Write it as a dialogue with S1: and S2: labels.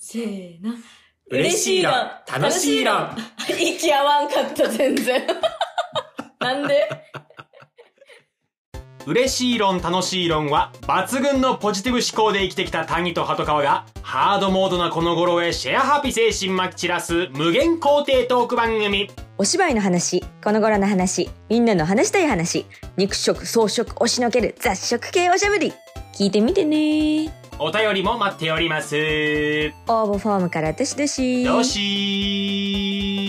S1: せーの。
S2: 嬉しいら楽しいら
S1: 息合わんかった、全然。 なんで
S2: 嬉しい論楽しい論は抜群のポジティブ思考で生きてきた谷と鳩川がハードモードなこの頃へシェアハピ精神まき散らす無限肯定トーク番組
S3: お芝居の話、この頃の話、みんなの話したい話、肉食、草食、押しのける雑食系おしゃべり。聞いてみてね。
S2: お便りも待っております
S3: 応募フォームからどしどし。
S2: よしー